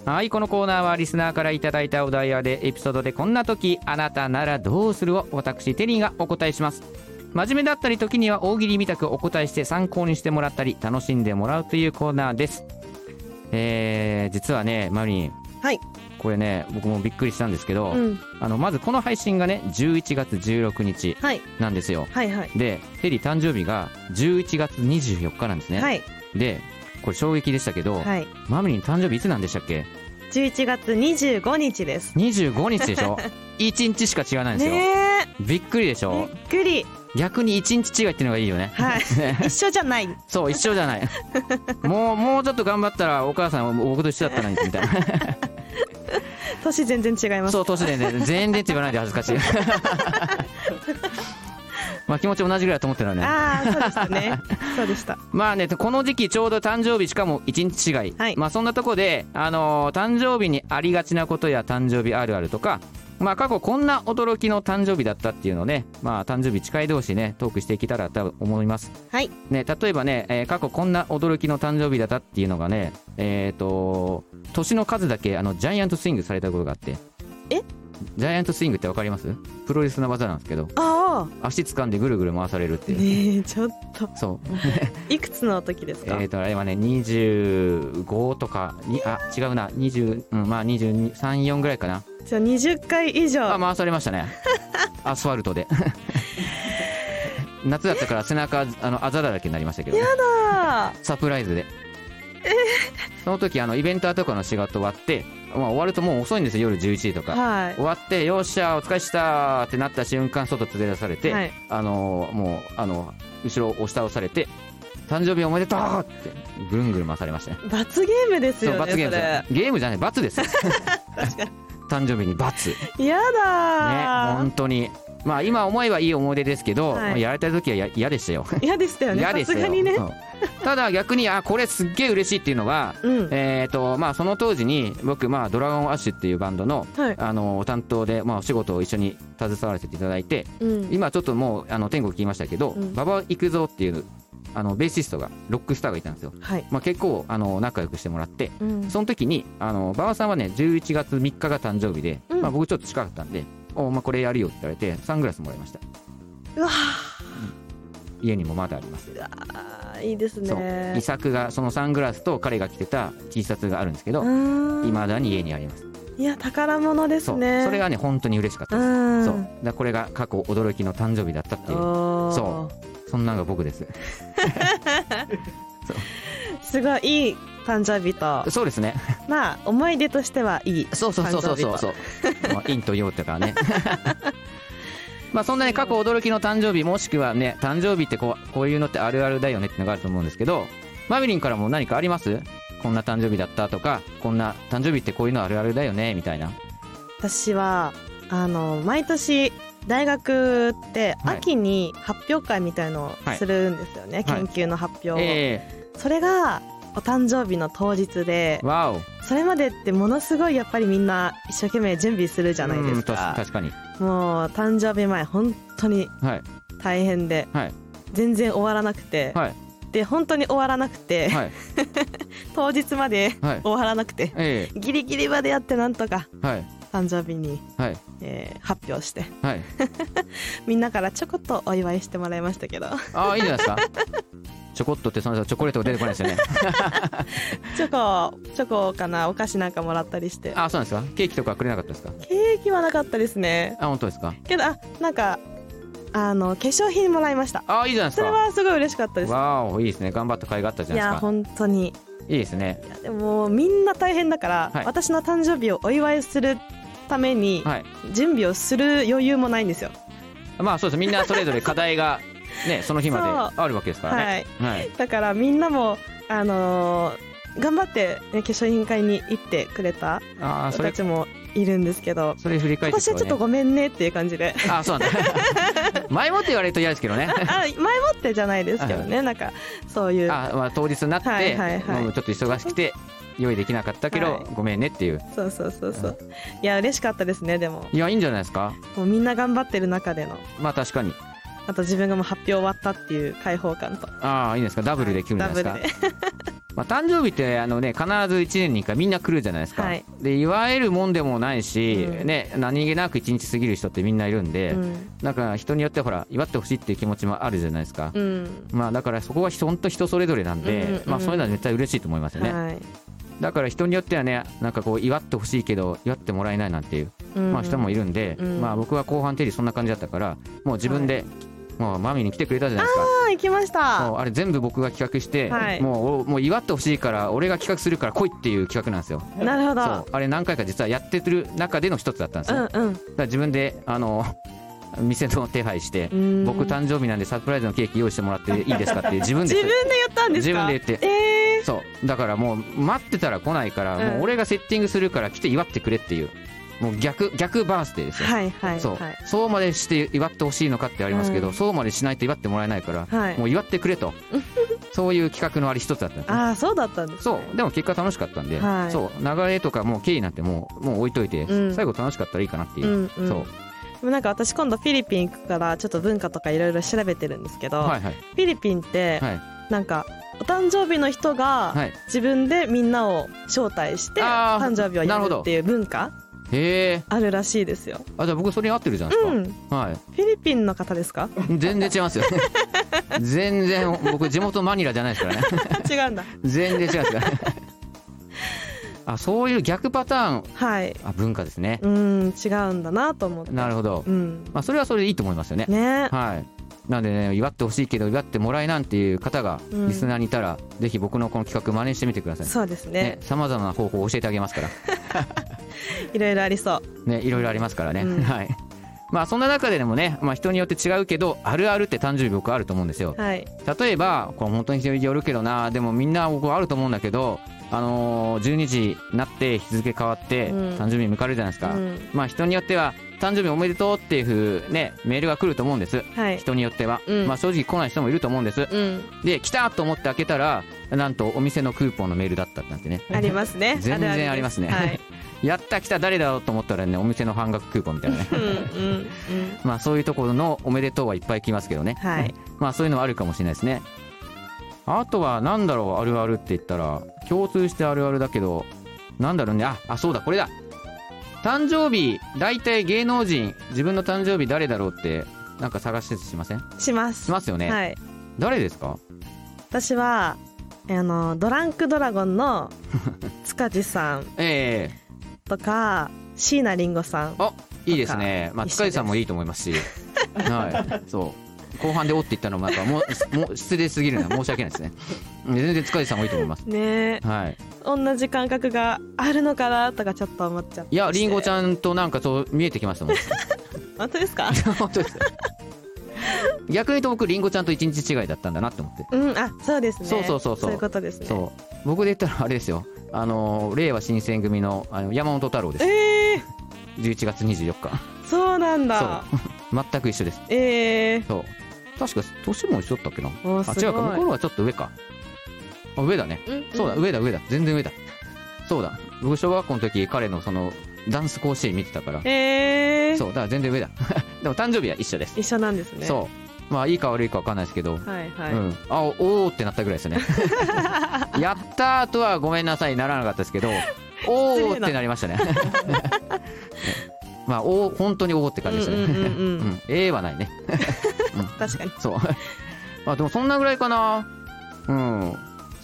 [SPEAKER 1] うはいこのコーナーはリスナーからいただいたお題やでエピソードでこんな時あなたならどうするを私テリーがお答えします真面目だったり時には大喜利みたくお答えして参考にしてもらったり楽しんでもらうというコーナーですえー、実はねマリン
[SPEAKER 2] はい
[SPEAKER 1] これね僕もびっくりしたんですけど、
[SPEAKER 2] うん
[SPEAKER 1] あのまずこの配信がね11月16日
[SPEAKER 2] はい
[SPEAKER 1] なんですよ
[SPEAKER 2] はいはい
[SPEAKER 1] でテリー誕生日が11月24日なんですね、
[SPEAKER 2] はい
[SPEAKER 1] でこれ衝撃でしたけど、
[SPEAKER 2] はい
[SPEAKER 1] マミリン誕生日いつなんでしたっけ
[SPEAKER 2] 11月25日です
[SPEAKER 1] 25日でし
[SPEAKER 2] *laughs*
[SPEAKER 1] ょ1日しか違わないんですよ、
[SPEAKER 2] ね
[SPEAKER 1] びっくりでし
[SPEAKER 2] えびっ
[SPEAKER 1] ょ
[SPEAKER 2] くり
[SPEAKER 1] 逆に1日違いっていうのがいいよね、
[SPEAKER 2] はい *laughs* 一緒じゃない *laughs*
[SPEAKER 1] そう一緒じゃないもうもうちょっと頑張ったらお母さん僕と一緒だったのにみたいな
[SPEAKER 2] 年全然違い *laughs* ます
[SPEAKER 1] そう年でね全然って言わないで恥ずかし
[SPEAKER 2] *laughs*
[SPEAKER 1] いまあ気持ち同じぐらいだと思ってるのね
[SPEAKER 2] ああそうでし
[SPEAKER 1] *laughs*
[SPEAKER 2] たねそうでした
[SPEAKER 1] まあね、この時期ちょうど誕生日しかも1日違い、
[SPEAKER 2] はい
[SPEAKER 1] まあそんなとこで、あのー誕生日にありがちなことや誕生日あるあるとか、まあ過去こんな驚きの誕生日だったっていうのをね、まあ誕生日近い同士ね、トークしていけたらと思います。
[SPEAKER 2] はい
[SPEAKER 1] ね、例えばね、えー過去こんな驚きの誕生日だったっていうのがね、えっ、と、年の数だけあのジャイアントスイングされたことがあって。
[SPEAKER 2] え
[SPEAKER 1] ジャイアントスイングってわかりますプロレスの技なんですけど、
[SPEAKER 2] あ
[SPEAKER 1] 足掴んでぐるぐる回されるって
[SPEAKER 2] あ
[SPEAKER 1] いう。
[SPEAKER 2] ねえちょっと
[SPEAKER 1] そう。
[SPEAKER 2] いくつの時ですか
[SPEAKER 1] えー、とあれはね25とかにあ違うな20、うん、まあ234ぐらいかな
[SPEAKER 2] じゃあ20回以
[SPEAKER 1] あ
[SPEAKER 2] 上
[SPEAKER 1] 回されました
[SPEAKER 2] *laughs*
[SPEAKER 1] ねアスファルトで *laughs* 夏だったから背中あのあざだらけになりましたけど、ね、
[SPEAKER 2] あ
[SPEAKER 1] サプライズでその時あのイベンターとかの仕事終わって、まあ、終わるともう遅いんですよ夜11時と
[SPEAKER 2] ー
[SPEAKER 1] か、
[SPEAKER 2] はい
[SPEAKER 1] 終わってよっしゃお疲れっしたってなった瞬間外連れ出されて、
[SPEAKER 2] はい
[SPEAKER 1] あのーもうあの後ろ押し倒されて誕生日おめでとうってぐるんぐるん回されましたね
[SPEAKER 2] 罰ゲームですよ
[SPEAKER 1] そう
[SPEAKER 2] ね
[SPEAKER 1] 罰ゲームですよゲームじゃない罰
[SPEAKER 2] *laughs*
[SPEAKER 1] ですよ誕生日に罰ね
[SPEAKER 2] それやだー、
[SPEAKER 1] 本当にまあ今思えばいい思い出ですけど、
[SPEAKER 2] はい
[SPEAKER 1] まあやられた時はや嫌でしたよ
[SPEAKER 2] 嫌でしたよね
[SPEAKER 1] 嫌で
[SPEAKER 2] さ
[SPEAKER 1] したよ
[SPEAKER 2] すがにね
[SPEAKER 1] うんただ逆にあこれすっげえ嬉しいっていうのは
[SPEAKER 2] うん
[SPEAKER 1] えーとまあ、その当時に僕、まあ、ドラゴンアッシュっていうバンドの、
[SPEAKER 2] はい
[SPEAKER 1] あの担当で、まあ、お仕事を一緒に携わらせていただいて
[SPEAKER 2] うん
[SPEAKER 1] 今ちょっともうあの天国聞きましたけど
[SPEAKER 2] うん
[SPEAKER 1] 馬場育三っていうあのベーシストがロックスターがいたんですよ、
[SPEAKER 2] はい
[SPEAKER 1] まあ、結構あの仲良くしてもらって
[SPEAKER 2] うん
[SPEAKER 1] その時にあの馬場さんはね11月3日が誕生日で、
[SPEAKER 2] うん
[SPEAKER 1] まあ、僕ちょっと近かったんで「おまあ、これやるよ」って言われてサングラスもらいました
[SPEAKER 2] うわ
[SPEAKER 1] 家にもまだあります
[SPEAKER 2] ーいいです
[SPEAKER 1] そう
[SPEAKER 2] ね
[SPEAKER 1] 遺作がそのサングラスと彼が着てた T シャツがあるんですけど
[SPEAKER 2] うー
[SPEAKER 1] い
[SPEAKER 2] ん
[SPEAKER 1] まだに家にあります
[SPEAKER 2] いや宝物です
[SPEAKER 1] そう
[SPEAKER 2] ね
[SPEAKER 1] それがね本当に嬉しかった
[SPEAKER 2] う
[SPEAKER 1] です
[SPEAKER 2] ん
[SPEAKER 1] そうだからこれが過去驚きの誕生日だったっていう
[SPEAKER 2] おー
[SPEAKER 1] そそんなのが僕です
[SPEAKER 2] すごいいい誕生日と
[SPEAKER 1] そうですね
[SPEAKER 2] まあ思い出としてはいい
[SPEAKER 1] そうそうそうそうそうそう
[SPEAKER 2] 誕
[SPEAKER 1] まあ陰と陽とかね *laughs* まあそんなに過去驚きの誕生日もしくはね誕生日ってこうこういうのってあるあるだよねってのがあると思うんですけどマミリンからも何かありますこんな誕生日だったとかこんな誕生日ってこういうのあるあるだよねみたいな
[SPEAKER 2] 私はあの毎年大学って
[SPEAKER 1] はい
[SPEAKER 2] 秋に発表会みたいのをするんですよね、
[SPEAKER 1] はい
[SPEAKER 2] 研究の発表を、
[SPEAKER 1] え
[SPEAKER 2] それがお誕生日の当日で
[SPEAKER 1] えわお
[SPEAKER 2] それまでってものすごいやっぱりみんな一生懸命準備するじゃないです
[SPEAKER 1] うん
[SPEAKER 2] か
[SPEAKER 1] 確かに
[SPEAKER 2] もう誕生日前本当に
[SPEAKER 1] はい
[SPEAKER 2] 大変で、
[SPEAKER 1] はい
[SPEAKER 2] 全然終わらなくて、
[SPEAKER 1] はい
[SPEAKER 2] で本当に終わらなくて、
[SPEAKER 1] はい
[SPEAKER 2] 当日まで
[SPEAKER 1] はい
[SPEAKER 2] 終わらなくて
[SPEAKER 1] え
[SPEAKER 2] ギリギリまでやってなんとか
[SPEAKER 1] えはい
[SPEAKER 2] 誕生日に、
[SPEAKER 1] はい
[SPEAKER 2] えー発表して
[SPEAKER 1] はい
[SPEAKER 2] みんなからちょこっとお祝いしてもらいましたけど *laughs*
[SPEAKER 1] ああいいじゃないですかちょこっとってそのチョコレートが出てこないですよね
[SPEAKER 2] チョコチョコかなお菓子なんかもらったりして
[SPEAKER 1] ああそうなんですかケーキとかくれなかったですか
[SPEAKER 2] ケーキはなかったですね
[SPEAKER 1] あ本当ですか
[SPEAKER 2] けどあなんかあの化粧品もらいました
[SPEAKER 1] ああいいじゃないです
[SPEAKER 2] それ
[SPEAKER 1] か
[SPEAKER 2] はすごい嬉しかったです
[SPEAKER 1] わおいいですね頑張った甲斐があったじ
[SPEAKER 2] い
[SPEAKER 1] ゃない
[SPEAKER 2] や
[SPEAKER 1] ですか
[SPEAKER 2] 本当に
[SPEAKER 1] いいですね
[SPEAKER 2] いやでもみんな大変だから、
[SPEAKER 1] はい
[SPEAKER 2] 私の誕生日をお祝いするために
[SPEAKER 1] はい
[SPEAKER 2] 準備をする余裕もないんですよ、
[SPEAKER 1] まあそうですみんなそれぞれ課題が
[SPEAKER 2] *laughs*
[SPEAKER 1] ねその日まであるわけですからね
[SPEAKER 2] はい
[SPEAKER 1] はい
[SPEAKER 2] だからみんなもあのー頑張って、ね、化粧品会に行ってくれた
[SPEAKER 1] ああ
[SPEAKER 2] 人
[SPEAKER 1] そ
[SPEAKER 2] た
[SPEAKER 1] れ
[SPEAKER 2] ちもいるんですけど
[SPEAKER 1] それ振り返
[SPEAKER 2] 今
[SPEAKER 1] って
[SPEAKER 2] 年はちょっとごめんねっていう感
[SPEAKER 1] *laughs*
[SPEAKER 2] じで
[SPEAKER 1] あそうなんだ *laughs* 前もって言われると嫌ですけどね
[SPEAKER 2] あ前もってじゃないですけどねなんかそういう
[SPEAKER 1] あ、まあ、当日になって、
[SPEAKER 2] はいはいはい
[SPEAKER 1] もうちょっと忙しくて用意できなかったけど、
[SPEAKER 2] はい
[SPEAKER 1] ごめんねっていう
[SPEAKER 2] そうそうそうそういや嬉しかったですねでも
[SPEAKER 1] いやいいんじゃないですか
[SPEAKER 2] もうみんな頑張ってる中での
[SPEAKER 1] まあ確かに
[SPEAKER 2] あと自分がもう発表終わったっていう解放感と
[SPEAKER 1] ああいいんですかダブルで来るんじゃ
[SPEAKER 2] ダ
[SPEAKER 1] ない
[SPEAKER 2] ブ
[SPEAKER 1] で
[SPEAKER 2] ル
[SPEAKER 1] すか、
[SPEAKER 2] で
[SPEAKER 1] まあ、誕生日ってあの、ね、必ず1年に1回みんな来るじゃないですか、
[SPEAKER 2] はい
[SPEAKER 1] でいわゆるもんでもないし、
[SPEAKER 2] うん
[SPEAKER 1] ね、何気なく1日過ぎる人ってみんないるんで、
[SPEAKER 2] うん
[SPEAKER 1] なんか人によってほら祝ってほしいっていう気持ちもあるじゃないですか、
[SPEAKER 2] うん
[SPEAKER 1] まあ、だからそこは本当人それぞれなんで、
[SPEAKER 2] うんうんうん
[SPEAKER 1] まあ、そういうのは絶対嬉しいと思いますよね、
[SPEAKER 2] はい
[SPEAKER 1] だから人によってはねなんかこう祝ってほしいけど祝ってもらえないなんていうまあ、人もい
[SPEAKER 2] る
[SPEAKER 1] るんで、
[SPEAKER 2] うん
[SPEAKER 1] まあ、僕は後半テリーそんな感じだったからもう自分で、もうマミに来てくれたじゃないです
[SPEAKER 2] あ行きまし
[SPEAKER 1] かも
[SPEAKER 2] た
[SPEAKER 1] うあれ全部僕が企画して、
[SPEAKER 2] はい
[SPEAKER 1] もうおもう祝ってほしいから俺が企画するから来いっていう企画なんですよ
[SPEAKER 2] なるほ
[SPEAKER 1] そう
[SPEAKER 2] ど
[SPEAKER 1] あれ何回か実はやってる中での一つだったんですよ、だか
[SPEAKER 2] うん
[SPEAKER 1] ら自分であの *laughs* 店の手配して
[SPEAKER 2] うん
[SPEAKER 1] 僕誕生日なんでサプライズのケーキ用意してもらっていいですかって
[SPEAKER 2] *laughs*
[SPEAKER 1] 自分で
[SPEAKER 2] 自分で言ったんですか
[SPEAKER 1] 自分で言って
[SPEAKER 2] え
[SPEAKER 1] そうだからもう待ってたら来ないから、
[SPEAKER 2] うん
[SPEAKER 1] もう俺がセッティングするから来て祝ってくれっていうもう逆逆バースデーです
[SPEAKER 2] ー、
[SPEAKER 1] よ
[SPEAKER 2] はいはい
[SPEAKER 1] そう
[SPEAKER 2] はい
[SPEAKER 1] そうまでして祝ってほしいのかってありますけど、
[SPEAKER 2] うん
[SPEAKER 1] そうまでしないと祝ってもらえないから、
[SPEAKER 2] はい
[SPEAKER 1] もう祝ってくれ
[SPEAKER 2] *laughs*
[SPEAKER 1] とそういう企画のあり一つだったんですね
[SPEAKER 2] ああそうだったんです
[SPEAKER 1] そ
[SPEAKER 2] ね
[SPEAKER 1] うでも結果楽しかったんで、
[SPEAKER 2] はい
[SPEAKER 1] そう流れとかもう経緯なんてもうもう置いといて、
[SPEAKER 2] うん
[SPEAKER 1] 最後楽しかったらいいかなっていう、
[SPEAKER 2] うんうん
[SPEAKER 1] そう
[SPEAKER 2] でもなんか私今度フィリピン行くからちょっと文化とかいろいろ調べてるんですけど、
[SPEAKER 1] はいはい
[SPEAKER 2] フィリピンって
[SPEAKER 1] はい
[SPEAKER 2] なんかお誕生日の人
[SPEAKER 1] は
[SPEAKER 2] が
[SPEAKER 1] い
[SPEAKER 2] 自分でみんなを招待して
[SPEAKER 1] あー
[SPEAKER 2] 誕生日をやるっていう文化
[SPEAKER 1] へえ
[SPEAKER 2] あるらしいですよ。
[SPEAKER 1] あじゃあ僕それに合ってるじゃないです
[SPEAKER 2] う
[SPEAKER 1] か、
[SPEAKER 2] ん、フ
[SPEAKER 1] はい
[SPEAKER 2] ィリピンの方ですか？
[SPEAKER 1] 全然違い
[SPEAKER 2] *laughs*
[SPEAKER 1] ますよ全然僕地元マニラじゃないですからね
[SPEAKER 2] 違うんだ。
[SPEAKER 1] 全然違い
[SPEAKER 2] *laughs*
[SPEAKER 1] ますからねあそういう逆パターン
[SPEAKER 2] はい。
[SPEAKER 1] あ文化ですね
[SPEAKER 2] う、ん、違うんだなと思って。
[SPEAKER 1] なるほど、
[SPEAKER 2] うん。
[SPEAKER 1] まあ、それはそれでいいと思いますよね
[SPEAKER 2] ね。
[SPEAKER 1] はい、なんでね祝ってほしいけど祝ってもらえなんていう方が
[SPEAKER 2] うん
[SPEAKER 1] リスナーにいたら、ぜひ僕のこの企画真似してみてください
[SPEAKER 2] そうですね。
[SPEAKER 1] さまざまな方法を教えてあげますから
[SPEAKER 2] いろいろありそう。
[SPEAKER 1] ねいろいろありますからね、
[SPEAKER 2] うん
[SPEAKER 1] はいまあそんな中ででもね、まあ、人によって違うけどあるあるって誕生日僕あると思うんですよ
[SPEAKER 2] はい。
[SPEAKER 1] 例えばこれ本当に人によるけどなでもみんな僕はあると思うんだけどあのー、12時になって日付変わって
[SPEAKER 2] うん
[SPEAKER 1] 誕生日迎えるじゃないです
[SPEAKER 2] う
[SPEAKER 1] か、
[SPEAKER 2] ん。
[SPEAKER 1] まあ人によっては誕生日おめでとうっていうふうねメールが来ると思うんです
[SPEAKER 2] はい。
[SPEAKER 1] 人によっては、
[SPEAKER 2] うん
[SPEAKER 1] まあ正直来ない人もいると思うんです、
[SPEAKER 2] うん。
[SPEAKER 1] で来たと思って開けたらなんとお店のクーポンのメールだったなんてね
[SPEAKER 2] ありますね。
[SPEAKER 1] 全然
[SPEAKER 2] るる
[SPEAKER 1] ありますね
[SPEAKER 2] はい。
[SPEAKER 1] やった来た誰だろうと思ったらねお店の半額クーポンみたいな
[SPEAKER 2] *laughs*
[SPEAKER 1] ね
[SPEAKER 2] うんうんうん。
[SPEAKER 1] まあそういうところのおめでとうはいっぱい来ますけどね、
[SPEAKER 2] はい。
[SPEAKER 1] まあそういうのはあるかもしれないですねあとはなんだろうあるあるって言ったら共通してあるあるだけどなんだろうねああそうだこれだ誕生日大体芸能人自分の誕生日誰だろうってなんか探してしません
[SPEAKER 2] しま
[SPEAKER 1] し
[SPEAKER 2] す。
[SPEAKER 1] ますよね、
[SPEAKER 2] はい。
[SPEAKER 1] 誰ですか
[SPEAKER 2] 私はあのドランクドラゴ
[SPEAKER 1] *laughs*
[SPEAKER 2] ンの塚地さん
[SPEAKER 1] ええ
[SPEAKER 2] とか椎名林檎さん
[SPEAKER 1] あいいですね、まあ、
[SPEAKER 2] 一緒
[SPEAKER 1] 塚地さんもいいと思いますし、
[SPEAKER 2] *laughs*
[SPEAKER 1] はい、そう後半で「お」って言ったのもなんかもうもう失礼すぎる *laughs* な申し訳ないですね全然塚地さんもいいと思います
[SPEAKER 2] ねえ
[SPEAKER 1] はい、
[SPEAKER 2] 同じ感覚があるのかなとかちょっと思っちゃって
[SPEAKER 1] いやりんごち
[SPEAKER 2] ん
[SPEAKER 1] ゃんとなんかそう見えてきましたも
[SPEAKER 2] *laughs*
[SPEAKER 1] ん
[SPEAKER 2] 本当で
[SPEAKER 1] *laughs*
[SPEAKER 2] すか
[SPEAKER 1] 本当です逆に言うと僕りんごちゃんと一日違いだったんだなって思って、
[SPEAKER 2] うんあそうですね
[SPEAKER 1] そうそうそうそう
[SPEAKER 2] そういうことですね
[SPEAKER 1] そう僕で言ったらあれですよあの令和新選組のあの山本太郎です
[SPEAKER 2] ええ
[SPEAKER 1] 11月24日
[SPEAKER 2] そうなんだ
[SPEAKER 1] そう全く一緒です
[SPEAKER 2] ええ
[SPEAKER 1] そう確か年も一緒だったっけな
[SPEAKER 2] おー
[SPEAKER 1] あ
[SPEAKER 2] す
[SPEAKER 1] 違うか
[SPEAKER 2] ご
[SPEAKER 1] 向
[SPEAKER 2] い
[SPEAKER 1] こうはちょっと上かあ上だね *laughs* そうだ、上だ上だ全然上だそうだ僕小学校の時彼のそのダンス甲子園見てたから
[SPEAKER 2] ええ
[SPEAKER 1] そうだから全然上だ *laughs* でも誕生日は一緒です、
[SPEAKER 2] 一緒なんですね
[SPEAKER 1] そうまあいいか悪いか分かんないですけど、
[SPEAKER 2] はいはい、
[SPEAKER 1] うん、あおおーってなったぐらいです
[SPEAKER 2] *laughs*
[SPEAKER 1] ねやったーとはごめんなさいならなかったですけ
[SPEAKER 2] *laughs*
[SPEAKER 1] どおお
[SPEAKER 2] 礼
[SPEAKER 1] っ
[SPEAKER 2] な
[SPEAKER 1] てなりましたね *laughs* まあおー本当におおって感じでしたね、
[SPEAKER 2] うんうんうんうん
[SPEAKER 1] *laughs* うんええはないね
[SPEAKER 2] 確かに
[SPEAKER 1] そう。 *laughs* まあでもそんなぐらいかな。うん。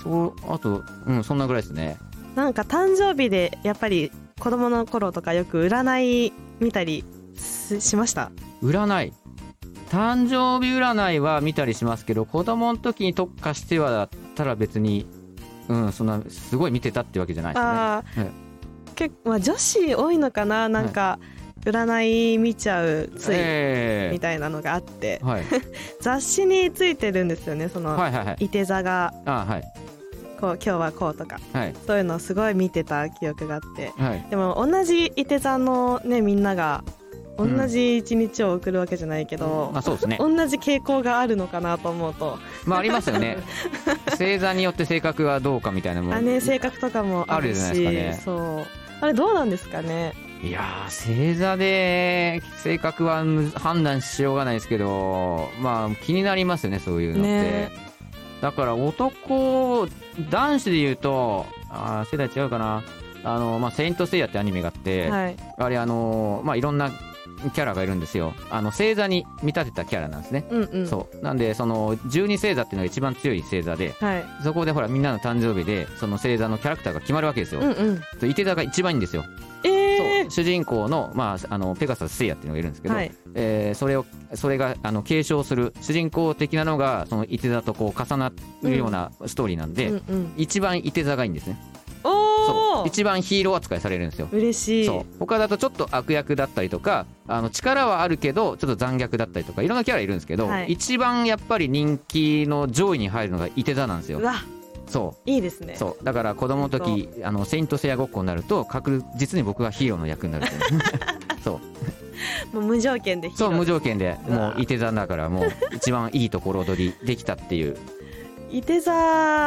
[SPEAKER 1] そう、あと、うん、そんなぐらいですね。
[SPEAKER 2] なんか誕生日でやっぱり子供の頃とかよく占い見たりししました
[SPEAKER 1] 占い。誕生日占いは見たりしますけど、子供の時に特化してはだったら別に、うん、そんな、すごい見てたってわけじゃないですね。
[SPEAKER 2] ああ、
[SPEAKER 1] はい
[SPEAKER 2] 結構、まあ、女子多いのかななんか占い見ちゃうつい、
[SPEAKER 1] え
[SPEAKER 2] みたいなのがあって
[SPEAKER 1] えはい。
[SPEAKER 2] 雑誌についてるんですよねその、
[SPEAKER 1] はいはい
[SPEAKER 2] *laughs*
[SPEAKER 1] はい。
[SPEAKER 2] いて座が
[SPEAKER 1] あはい。
[SPEAKER 2] こう今日はこうとか
[SPEAKER 1] はい。
[SPEAKER 2] そういうのをすごい見てた記憶があって
[SPEAKER 1] はい。
[SPEAKER 2] でも同じいて座のねみんなが同
[SPEAKER 1] ん
[SPEAKER 2] じ一日を送るわけじゃないけど
[SPEAKER 1] ま、あそう
[SPEAKER 2] *laughs*
[SPEAKER 1] ですね。
[SPEAKER 2] 同じ傾向があるのかなと思うと
[SPEAKER 1] まあありますよね。星座によって性格がどうかみたいなもの
[SPEAKER 2] あね性格とかもあるし
[SPEAKER 1] あるじゃないです
[SPEAKER 2] そうあれどうなんですかね
[SPEAKER 1] いやー、星座で性格はむ判断しようがないですけど、まあ気になりますよね、そういうのって。
[SPEAKER 2] ね
[SPEAKER 1] だから男、男子で言うと、あー世代違うかな。あの、まあ、セイントセイヤってアニメがあって、
[SPEAKER 2] はい
[SPEAKER 1] あれあのー、まあ、いろんなキャラがいるんですよ。あの、星座に見立てたキャラなんですね。
[SPEAKER 2] うんうん
[SPEAKER 1] そう。なんで、その、12星座っていうのが一番強い星座で、
[SPEAKER 2] はい
[SPEAKER 1] そこでほら、みんなの誕生日で、その星座のキャラクターが決まるわけですよ。
[SPEAKER 2] うんうん
[SPEAKER 1] で伊手座が一番いいんですよ。
[SPEAKER 2] え
[SPEAKER 1] そ
[SPEAKER 2] え
[SPEAKER 1] う主人公の,、まあ、あのペガサス・セイヤっていうのがいるんですけど、
[SPEAKER 2] はい
[SPEAKER 1] えーそれをそれがあの継承する主人公的なのがそのいて座とこう重なるようなストーリーなんで、
[SPEAKER 2] うんうん
[SPEAKER 1] 一番いて座がいいんですね
[SPEAKER 2] お
[SPEAKER 1] そ
[SPEAKER 2] お
[SPEAKER 1] う一番ヒーロー扱いされるんですよ
[SPEAKER 2] 嬉しい
[SPEAKER 1] そう他だとちょっと悪役だったりとかあの力はあるけどちょっと残虐だったりとかいろんなキャラいるんですけど、
[SPEAKER 2] はい
[SPEAKER 1] 一番やっぱり人気の上位に入るのがいて座なんです
[SPEAKER 2] う
[SPEAKER 1] よ
[SPEAKER 2] わ
[SPEAKER 1] そ
[SPEAKER 2] いいですね
[SPEAKER 1] うそうだから子供の時あのセイント・セイヤごっこになると確実に僕がヒーローの役にな
[SPEAKER 2] *laughs*
[SPEAKER 1] るんですよそう
[SPEAKER 2] もう無条件でヒーロ
[SPEAKER 1] そう
[SPEAKER 2] ー
[SPEAKER 1] 無条件で
[SPEAKER 2] うわ
[SPEAKER 1] もういて座だからもう一番いいところ取りできたっていう
[SPEAKER 2] いて座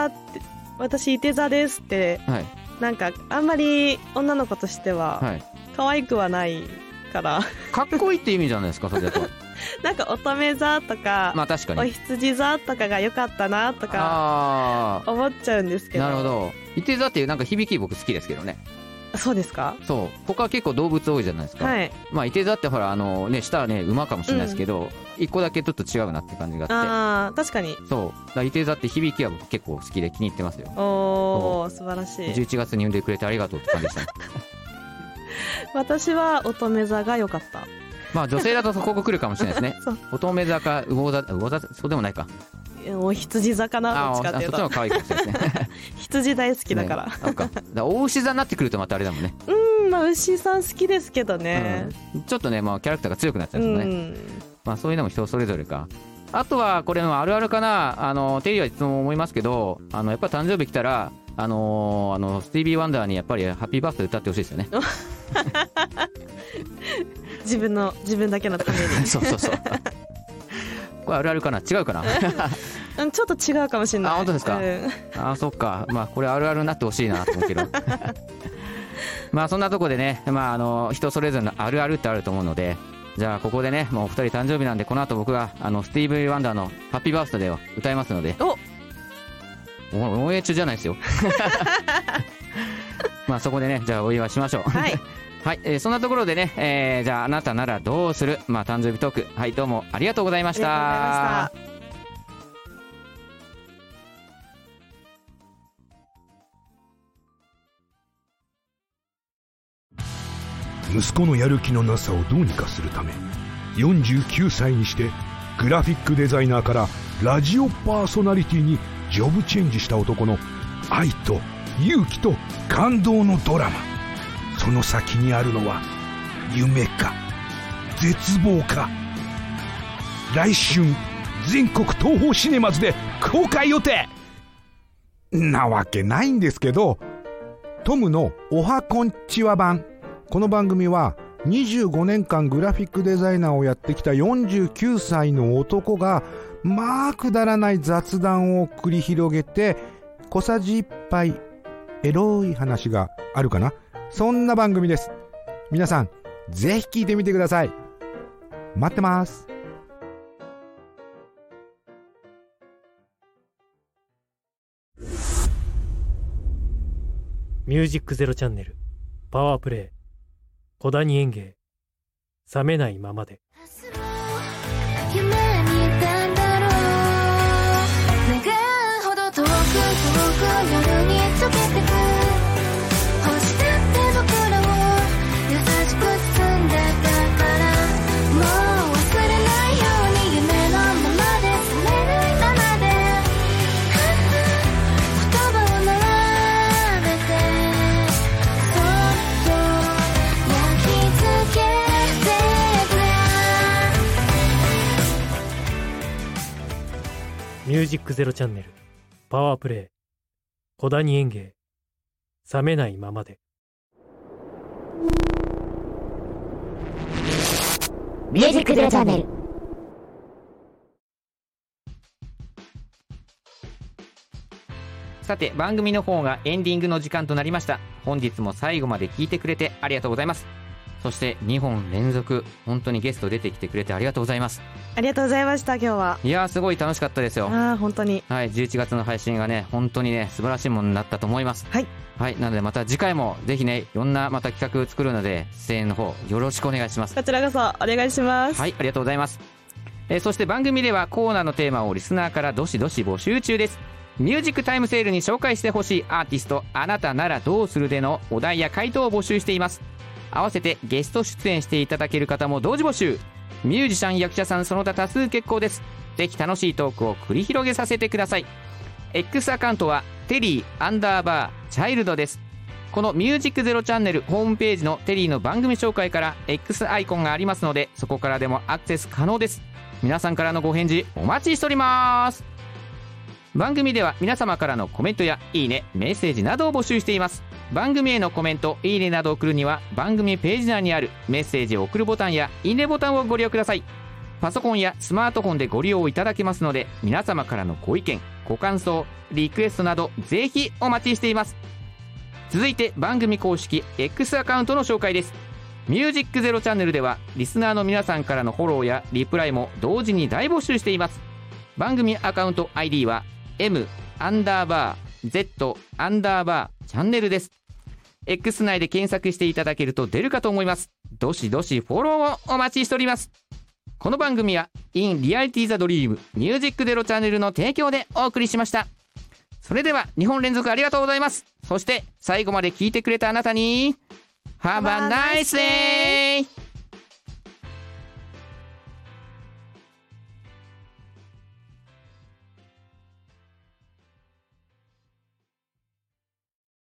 [SPEAKER 2] って私いて座ですって
[SPEAKER 1] はい
[SPEAKER 2] なんかあんまり女の子としては
[SPEAKER 1] はい
[SPEAKER 2] 可愛くはないから、 *laughs*
[SPEAKER 1] かっこいいって意味じゃないですかそれだと
[SPEAKER 2] なんか乙女座とか、
[SPEAKER 1] まあ確か
[SPEAKER 2] お
[SPEAKER 1] に
[SPEAKER 2] 羊座とかが良かったなとか
[SPEAKER 1] ああ
[SPEAKER 2] 思っちゃうんですけど
[SPEAKER 1] なるほどいて座っていうなんか響き僕好きですけどね
[SPEAKER 2] そうですか
[SPEAKER 1] そう他結構動物多いじゃないですか、
[SPEAKER 2] はい
[SPEAKER 1] まあいて座ってほらあのね下はね馬かもしれないですけど、一個だけちょっと違うなって感じがあって
[SPEAKER 2] あー確かに
[SPEAKER 1] そうだからいて座って響きは僕結構好きで気に入ってますよ
[SPEAKER 2] おお素晴らしい
[SPEAKER 1] 11月に産んでくれてありがとうって感じで
[SPEAKER 2] *laughs*
[SPEAKER 1] したね
[SPEAKER 2] 私は乙女座が良かった
[SPEAKER 1] まあ女性だとそこ来るかもしれないですね
[SPEAKER 2] *laughs* そう
[SPEAKER 1] 乙女座か魚座魚座そうでもないか
[SPEAKER 2] お羊座かなどっちか
[SPEAKER 1] あ
[SPEAKER 2] っ
[SPEAKER 1] あ
[SPEAKER 2] てい
[SPEAKER 1] そっ
[SPEAKER 2] う
[SPEAKER 1] ちの方
[SPEAKER 2] と
[SPEAKER 1] が可愛いかもしれないですね
[SPEAKER 2] 羊大好きだから、
[SPEAKER 1] ねそっかだから大牛座になってくるとまたあれだもんね、
[SPEAKER 2] うん *laughs* まあ牛さん好きですけどね
[SPEAKER 1] うん、ちょっとね、まあ、キャラクターが強くなっちゃ
[SPEAKER 2] う
[SPEAKER 1] うんです
[SPEAKER 2] ん、
[SPEAKER 1] よね、まあ、そういうのも人それぞれかあとはこれもあるあるかなあのテリーはいつも思いますけどあのやっぱ誕生日来たらあのーあのスティービー・ワンダーにやっぱり「ハッピーバースデー」歌ってほしいです
[SPEAKER 2] *laughs*
[SPEAKER 1] よね
[SPEAKER 2] 自分の自分だけのため
[SPEAKER 1] *laughs*
[SPEAKER 2] に、
[SPEAKER 1] そうそうそうこれあるあるかな違うかな
[SPEAKER 2] うん、ちょっと違うかもしれない
[SPEAKER 1] あ本当ですか
[SPEAKER 2] うん
[SPEAKER 1] あーそっかまあこれあるあるになってほしいなと思うけ *laughs* どまあそんなとこでね、まあ、あの人それぞれのあるあるってあると思うのでじゃあここでねもうお二人誕生日なんでこの後僕があのスティーブ・ワンダーの「ハッピーバースデー」を歌いますので
[SPEAKER 2] お
[SPEAKER 1] お応援中じゃないです *laughs* よまあそこでねじゃあお祝いしましょう *laughs*
[SPEAKER 2] はい
[SPEAKER 1] はい、えーそんなところでね、えーじゃああなたならどうするまあ誕生日トークはいどうもありがとうございました
[SPEAKER 2] あ
[SPEAKER 7] 息子のやる気のなさをどうにかするため49歳にしてグラフィックデザイナーからラジオパーソナリティにジョブチェンジした男の愛と勇気と感動のドラマその先にあるのは夢か絶望か来春全国東宝シネマズで公開予定なわけないんですけどトムの「おはこんちは版」この番組は25年間グラフィックデザイナーをやってきた49歳の男がまあくだらない雑談を繰り広げて小さじ1杯エロい話があるかなそんな番組です皆さんぜひ聞いてみてください待ってます
[SPEAKER 8] ミュージックゼロチャンネル、パワープレイ、小谷園芸、冷めないままで。
[SPEAKER 9] 明日も夢見たんだろう願うほど遠く遠く夜に溶けてく星だって僕らを優しく包んでたからもう忘れないように夢のままで冷めないままで言葉を並べてそっと「焼き付けてくれ」
[SPEAKER 8] ミュージックゼロチャンネル、パワープレイ、小谷園芸、冷めないままで。
[SPEAKER 10] ミュージックゼロチャンネル。
[SPEAKER 1] さて番組の方がエンディングの時間となりました本日も最後まで聞いてくれてありがとうございますそして2本連続本当にゲスト出てきてくれてありがとうございます
[SPEAKER 2] ありがとうございました今日はい
[SPEAKER 1] やーすごい楽しかったですよ
[SPEAKER 2] ああ本当に
[SPEAKER 1] はい11月の配信がね本当にね素晴らしいものになったと思います
[SPEAKER 2] はい、
[SPEAKER 1] はい、なのでまた次回もぜひねいろんなまた企画作るので出演の方よろしくお願いします
[SPEAKER 2] こちらこそお願いします
[SPEAKER 1] はい、ありがとうございます。えーそして番組ではコーナーのテーマをリスナーからどしどし募集中です。ミュージックタイムセールに紹介してほしいアーティスト、あなたならどうするでのお題や回答を募集しています。合わせてゲスト出演していただける方も同時募集。ミュージシャン、役者さん、その他多数結構です。ぜひ楽しいトークを繰り広げさせてください。X アカウントは、テリーアンダーバーチャイルドです。この「ミュージックゼロチャンネルホームページのテリーの番組紹介から X アイコンがありますのでそこからでもアクセス可能です皆さんからのご返事お待ちしております番組では皆様からのコメントやいいねメッセージなどを募集しています番組へのコメントいいねなどを送るには番組ページ内にあるメッセージを送るボタンやいいねボタンをご利用くださいパソコンやスマートフォンでご利用いただけますので皆様からのご意見ご感想リクエストなどぜひお待ちしています続いて番組公式 X アカウントの紹介です「ミュージックゼロチャンネルではリスナーの皆さんからのフォローやリプライも同時に大募集しています番組アカウント ID は M アンダーバー Z アンダーバーチャンネルです X 内で検索していただけると出るかと思いますどしどしフォローをお待ちしておりますこの番組は In Reality the Dream Music ゼロチャンネルの提供でお送りしましたそれでは2本連続ありがとうございます。そして最後まで聞いてくれたあなたに、Have a nice day!